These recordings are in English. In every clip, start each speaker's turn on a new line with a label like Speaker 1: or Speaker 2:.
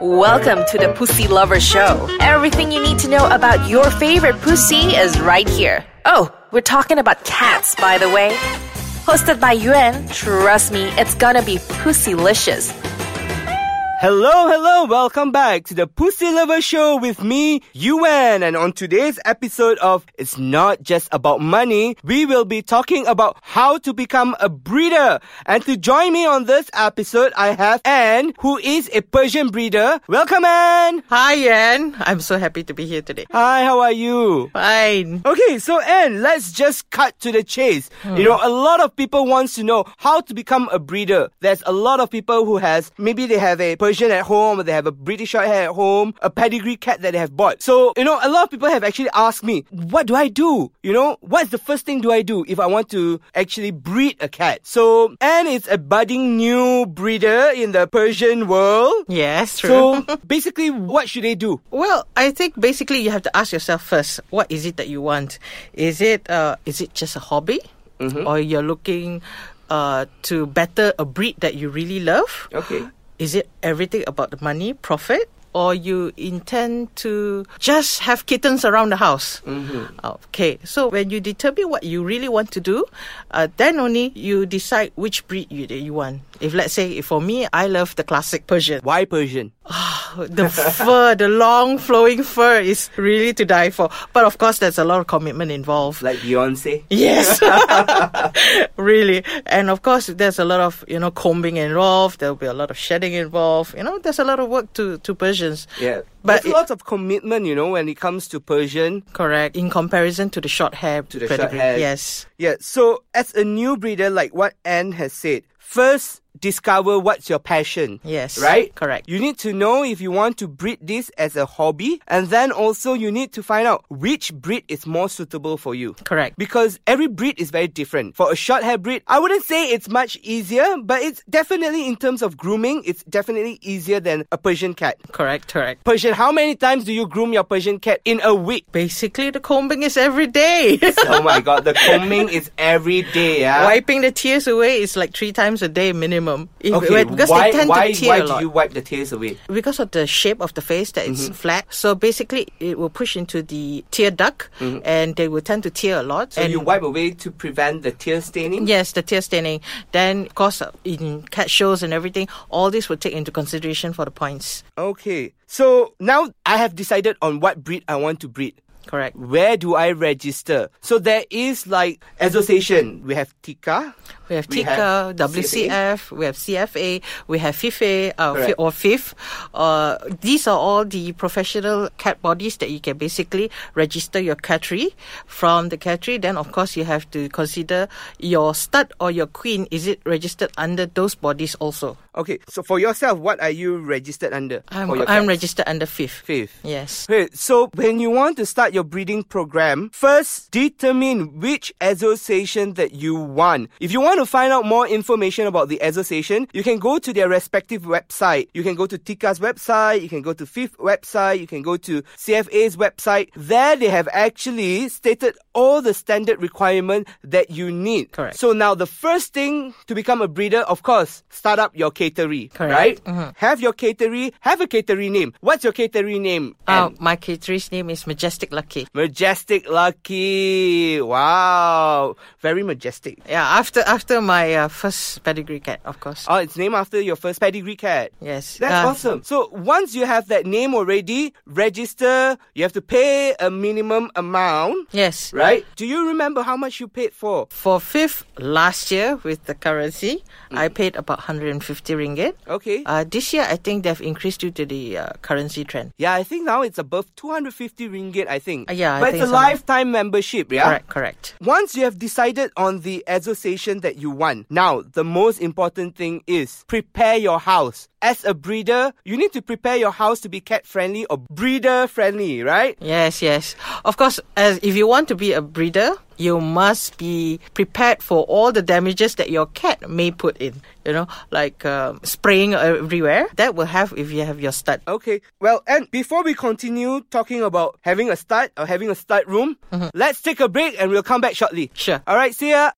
Speaker 1: Welcome to the Pussy Lover Show. Everything you need to know about your favorite pussy is right here. Oh, we're talking about cats, by the way. Hosted by Yuan, trust me, it's gonna be pussylicious.
Speaker 2: Hello, hello, welcome back to the Pussy Lover Show with me, Yuan. And on today's episode of It's Not Just About Money, we will be talking about how to become a breeder. And to join me on this episode, I have Anne, who is a Persian breeder. Welcome, Anne!
Speaker 3: Hi, Yan. I'm so happy to be here today.
Speaker 2: Hi, how are you?
Speaker 3: Fine.
Speaker 2: Okay, so Anne, let's just cut to the chase. You know, a lot of people wants to know how to become a breeder. There's a lot of people who has maybe they have a Persian at home, or they have a British Shorthair at home, a pedigree cat that they have bought. So you know, a lot of people have actually asked me, what do I do? You know, what's the first thing do I do if I want to actually breed a cat? So Anne is a budding new breeder in the Persian world.
Speaker 3: Yes, true.
Speaker 2: So basically, what should they do?
Speaker 3: well, I think basically you have to ask yourself first, what is it that you want? Is it uh, is it just a hobby, or you're looking uh, to better a breed that you really love?
Speaker 2: Okay.
Speaker 3: Is it everything about the money, profit, or you intend to just have kittens around the house? Okay, so when you determine what you really want to do, uh, then only you decide which breed you, that you want. If let's say, if for me, I love the classic Persian.
Speaker 2: Why Persian?
Speaker 3: The fur, the long flowing fur is really to die for. But of course, there's a lot of commitment involved.
Speaker 2: Like Beyonce?
Speaker 3: Yes, really. And of course, there's a lot of, you know, combing involved. There'll be a lot of shedding involved. You know, there's a lot of work to, to Persians.
Speaker 2: Yeah. But
Speaker 3: But
Speaker 2: There's
Speaker 3: it-
Speaker 2: lots of commitment, you know, when it comes to Persian.
Speaker 3: Correct. In comparison to the short hair.
Speaker 2: To the short hair.
Speaker 3: Yes.
Speaker 2: Yeah, so as a new breeder, like what Anne has said, first discover what's your passion.
Speaker 3: Yes.
Speaker 2: Right?
Speaker 3: Correct.
Speaker 2: You need to know if you want to breed this as a hobby, and then also you need to find out which breed is more suitable for you.
Speaker 3: Correct.
Speaker 2: Because every breed is very different. For a short hair breed, I wouldn't say it's much easier, but it's definitely in terms of grooming, it's definitely easier than a Persian cat.
Speaker 3: Correct. Correct.
Speaker 2: Persian, how many times do you groom your Persian cat in a week?
Speaker 3: Basically, the combing is every day.
Speaker 2: oh my god, the combing is every day, yeah.
Speaker 3: Wiping the tears away is like three times a day minimum. If- because they tend to tear a lot.
Speaker 2: wipe the tears away?
Speaker 3: because of the shape of the face that it's flat so basically it will push into the tear duct and they will tend to tear a lot and
Speaker 2: wipe away to prevent the tear staining?
Speaker 3: Yes, the tear staining. Then, of course, uh, in cat shows and everything, all this will take into consideration for the points.
Speaker 2: Okay. So now I have decided on what breed I want to breed.
Speaker 3: Correct.
Speaker 2: Where do I register? So there is like association. We have Tika.
Speaker 3: We have
Speaker 2: We
Speaker 3: TICA,
Speaker 2: have
Speaker 3: WCF, we have CFA, we have FIFA uh,
Speaker 2: Correct.
Speaker 3: fi- or FIF. Uh, these are all the professional cat bodies that you can basically register your cattery. From the cattery, then of course you have to consider your stud or your queen. Is it registered under those bodies also?
Speaker 2: Okay. So for yourself, what are you registered under?
Speaker 3: I'm,
Speaker 2: for your
Speaker 3: I'm
Speaker 2: cat?
Speaker 3: registered under FIF.
Speaker 2: Fifth.
Speaker 3: Yes.
Speaker 2: Okay, so when you want to start your breeding program, first determine which association that you want. If you want to find out more information about the association, you can go to their respective website. You can go to Tika's website, you can go to Fifth website, you can go to CFA's website. There they have actually stated all the standard requirement that you need.
Speaker 3: Correct.
Speaker 2: So now the first thing to become a breeder, of course, start up your caterer,
Speaker 3: Correct. Mm-hmm.
Speaker 2: right? Have your caterer, have a caterer name. What's your caterer name?
Speaker 3: Uh,
Speaker 2: And
Speaker 3: my cattery's name is Majestic Lucky.
Speaker 2: majestic Lucky. Wow. Very majestic.
Speaker 3: Yeah, after after my uh, first pedigree cat, of course.
Speaker 2: Oh, it's named after your first pedigree cat.
Speaker 3: Yes.
Speaker 2: That's
Speaker 3: Uh,
Speaker 2: awesome. So once you have that name already, register. You have to pay a minimum amount,
Speaker 3: Yes.
Speaker 2: right? Do you remember how much you paid for?
Speaker 3: For fifth last year with the currency, I paid about 150 ringgit.
Speaker 2: Okay.
Speaker 3: Uh, this year, I think they've increased due to the uh, currency trend.
Speaker 2: yeah, I think now it's above 250 ringgit, I think.
Speaker 3: Uh, yeah, I
Speaker 2: But
Speaker 3: think
Speaker 2: it's a
Speaker 3: so.
Speaker 2: lifetime membership, yeah?
Speaker 3: Correct, correct.
Speaker 2: Once you have decided on the association that you want, now the most important thing is prepare your house. As a breeder, you need to prepare your house to be cat friendly or breeder friendly, right?
Speaker 3: Yes, yes. Of course, as if you want to be a breeder, you must be prepared for all the damages that your cat may put in. You know, like um, spraying everywhere. That will have if you have your stud.
Speaker 2: Okay. Well, and before we continue talking about having a start or having a start room, let's take a break and we'll come back shortly.
Speaker 3: Mm-hmm. Sure.
Speaker 2: All right, see ya.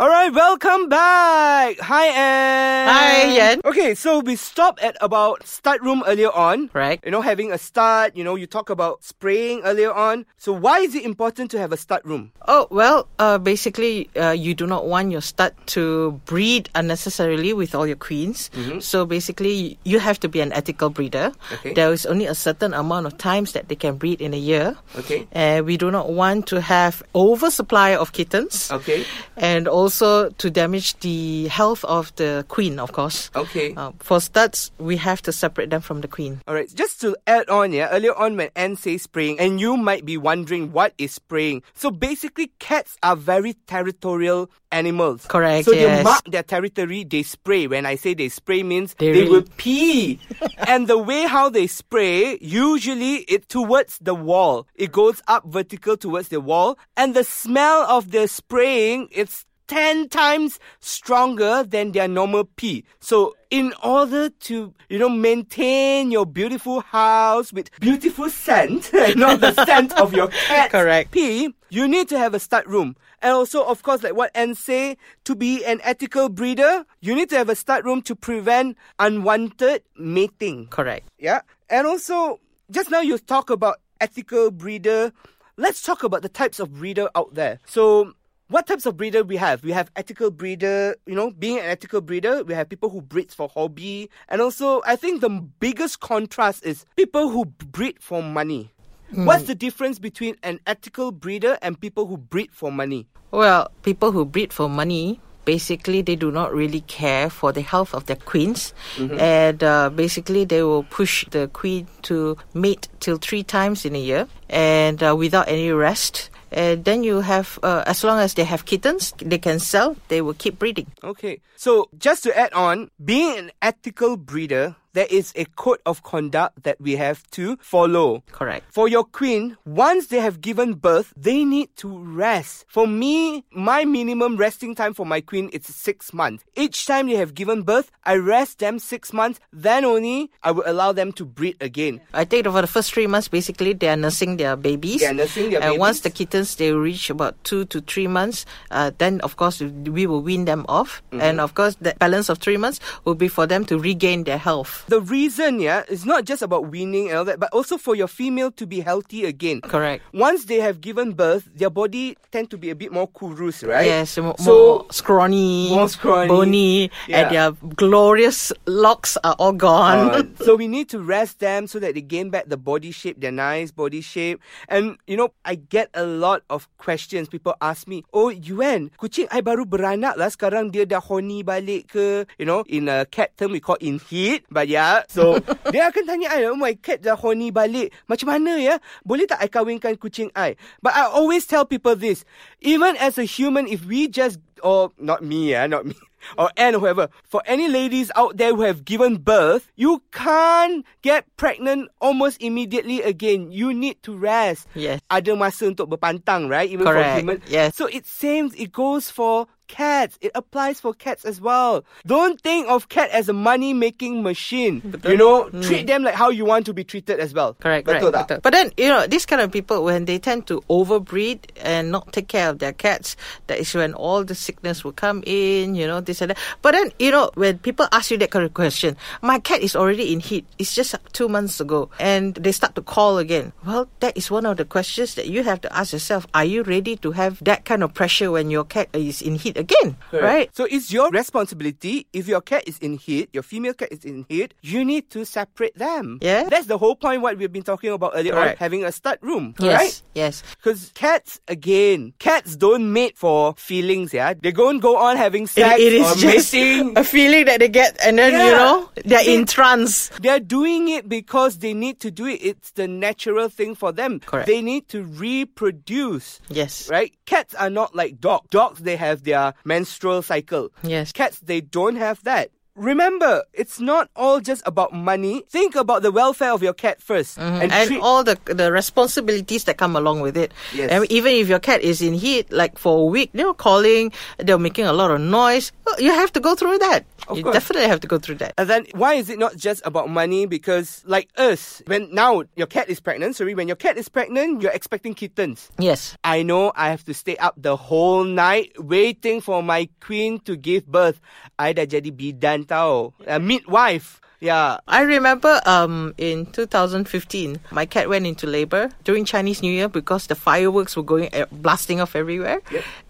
Speaker 2: All right, welcome back. Hi, Anne.
Speaker 3: Hi, Yan.
Speaker 2: Okay, so we stopped at about start room earlier on.
Speaker 3: Right.
Speaker 2: You know, having a start, you know, you talk about spraying earlier on. So why is it important to have a start room?
Speaker 3: Oh, well, uh, basically, uh, you do not want your stud to breed unnecessarily with all your queens. So basically, you have to be an ethical breeder.
Speaker 2: Mm-hmm. Okay.
Speaker 3: There is only a certain amount of times that they can breed in a year.
Speaker 2: Okay.
Speaker 3: And we do not want to have oversupply of kittens.
Speaker 2: Okay.
Speaker 3: And also to damage the health of the queen, of course.
Speaker 2: Okay.
Speaker 3: Uh, for studs, we have to separate them from the queen.
Speaker 2: All right, just to add on, yeah, earlier on when Anne says spraying, and you might be wondering what is spraying. So basically, cats are very territorial animals.
Speaker 3: Correct,
Speaker 2: So they
Speaker 3: yes.
Speaker 2: mark their territory, they spray. When I say they spray means they,
Speaker 3: They really-
Speaker 2: will pee. and the way how they spray, usually it towards the wall. It goes up vertical towards the wall, and the smell of their spraying, it's 10 times stronger than their normal pee. So, in order to, you know, maintain your beautiful house with beautiful scent, not the scent of your cat's
Speaker 3: Correct.
Speaker 2: pee, you need to have a stud room. And also, of course, like what Anne say, to be an ethical breeder, you need to have a stud room to prevent unwanted mating.
Speaker 3: Correct.
Speaker 2: Yeah. And also, just now you talk about ethical breeder. Let's talk about the types of breeder out there. So, what types of breeder we have? We have ethical breeder, you know, being an ethical breeder, we have people who breed for hobby. And also, I think the biggest contrast is people who breed for money. What's the difference between an ethical breeder and people who breed for money?
Speaker 3: Well, people who breed for money basically they do not really care for the health of their queens, and uh, basically they will push the queen to mate till three times in a year and uh, without any rest. And then you have, uh, as long as they have kittens, they can sell. They will keep breeding.
Speaker 2: Okay. So, just to add on, being an ethical breeder, there is a code of conduct that we have to follow.
Speaker 3: Correct.
Speaker 2: For your queen, once they have given birth, they need to rest. For me, my minimum resting time for my queen is six months. Each time they have given birth, I rest them six months, then only I will allow them to breed again.
Speaker 3: I think over the first three months, basically they are nursing their babies.
Speaker 2: They are nursing their
Speaker 3: and once the
Speaker 2: babies.
Speaker 3: kittens they reach about two to three months, uh, then of course we will wean them off,
Speaker 2: Mm-hmm.
Speaker 3: and of course the balance of three months will be for them to regain their health.
Speaker 2: The reason, yeah, is not just about weaning and all that, but also for your female to be healthy again.
Speaker 3: Correct.
Speaker 2: Once they have given birth, their body tend to be a bit more kurus, right?
Speaker 3: Yes, mo-
Speaker 2: So-
Speaker 3: more scrawny,
Speaker 2: More scrawny.
Speaker 3: bony,
Speaker 2: Yeah.
Speaker 3: and their glorious locks are all gone.
Speaker 2: Uh, so we need to rest them so that they gain back the body shape, their nice body shape. And you know, I get a lot of questions. People ask me, "Oh, Yuen, kucing I baru beranak lah. Sekarang dia dah horny balik ke?" You know, in a cat term we call in heat. But yeah, so dia akan tanya I, "Oh my cat dah horny balik. Macam mana ya? Boleh tak I kahwinkan kucing I?" But I always tell people this, even as a human, if we just or not me, yeah, not me. or and whoever, for any ladies out there who have given birth, you can't get pregnant almost immediately again. You need to rest.
Speaker 3: Yes.
Speaker 2: Ada masa untuk berpantang, right? Even for
Speaker 3: Correct.
Speaker 2: human.
Speaker 3: Yes.
Speaker 2: So it seems it goes for cats. It applies for cats as well. Don't think of cat as a money making machine. You know, treat them like how you want to be treated as well.
Speaker 3: Hmm. Correct,
Speaker 2: Betul
Speaker 3: correct.
Speaker 2: tak?
Speaker 3: betul. But then, you know, these kind of people, when they tend to overbreed and not take care of their cats, that is when all the sickness will come in, you know, this and that. But then, you know, when people ask you that kind of question, my cat is already in heat. It's just two months ago. And they start to call again. Well, that is one of the questions that you have to ask yourself. Are you ready to have that kind of pressure when your cat is in heat again? Right?
Speaker 2: So it's your responsibility. If your cat is in heat, your female cat is in heat, you need to separate them.
Speaker 3: Yeah.
Speaker 2: That's the whole point what we've been talking about earlier on,
Speaker 3: Correct.
Speaker 2: having a stud room.
Speaker 3: Yes,
Speaker 2: Right?
Speaker 3: yes.
Speaker 2: Because cats, again, cats don't mate for feelings, yeah? They don't go on having sex
Speaker 3: it
Speaker 2: or
Speaker 3: is just
Speaker 2: mating.
Speaker 3: a feeling that they get, and then, you
Speaker 2: Yeah.
Speaker 3: know, they're
Speaker 2: They-
Speaker 3: in trance.
Speaker 2: They're doing it because they need to do it. It's the natural thing for them.
Speaker 3: Correct.
Speaker 2: They need to reproduce.
Speaker 3: Yes.
Speaker 2: Right? Cats are not like dogs. Dogs, they have their menstrual cycle.
Speaker 3: Yes.
Speaker 2: Cats, they don't have that. Remember, it's not all just about money. Think about the welfare of your cat 1st
Speaker 3: Mm-hmm. and, all the the responsibilities that come along with it.
Speaker 2: Yes.
Speaker 3: And even if your cat is in heat, like for a week, they're calling, they're making a lot of noise. Well, You have to go through that.
Speaker 2: Of
Speaker 3: you
Speaker 2: course.
Speaker 3: definitely have to go through that.
Speaker 2: And then why is it not just about money? Because like us, when now your cat is pregnant, sorry, when your cat is pregnant, you're expecting kittens.
Speaker 3: Yes.
Speaker 2: I know I have to stay up the whole night waiting for my queen to give birth. I dah jadi bidan tau. A midwife. Yeah.
Speaker 3: I remember um, in 2015, my cat went into labor during Chinese New Year because the fireworks were going eh, blasting off everywhere.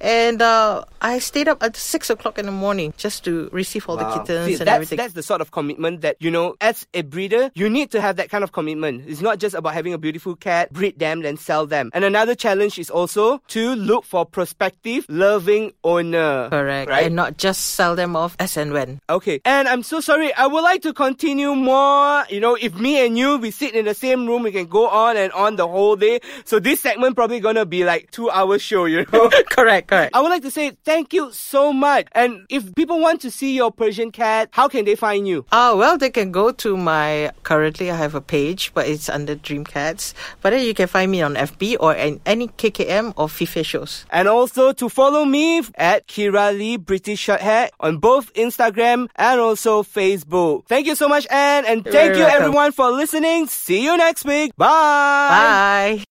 Speaker 3: And uh, I stayed up at 6 o'clock in the morning just to receive all the
Speaker 2: Wow.
Speaker 3: kittens
Speaker 2: Um, See,
Speaker 3: and
Speaker 2: that's,
Speaker 3: everything.
Speaker 2: that's the sort of commitment that, you know, as a breeder, you need to have that kind of commitment. It's not just about having a beautiful cat, breed them, then sell them. And another challenge is also to look for prospective, loving owner.
Speaker 3: Correct.
Speaker 2: Right?
Speaker 3: And not just sell them off as and when.
Speaker 2: Okay. And I'm so sorry. I would like to continue more. You know, if me and you, we sit in the same room, we can go on and on the whole day. So this segment probably gonna be like two hour show, you know?
Speaker 3: correct, correct.
Speaker 2: I would like to say thank you so much. And if people want to see your Persian cat, how can they find you?
Speaker 3: Oh, well, they can go to my. Currently, I have a page, but it's under Dreamcats. But then you can find me on FB or in any KKM or FIFA shows.
Speaker 2: And also to follow me at Kira Lee British Shorthair on both Instagram and also Facebook. Thank you so much, Anne. And thank
Speaker 3: very
Speaker 2: you
Speaker 3: welcome.
Speaker 2: everyone for listening. See you next week. Bye.
Speaker 3: Bye.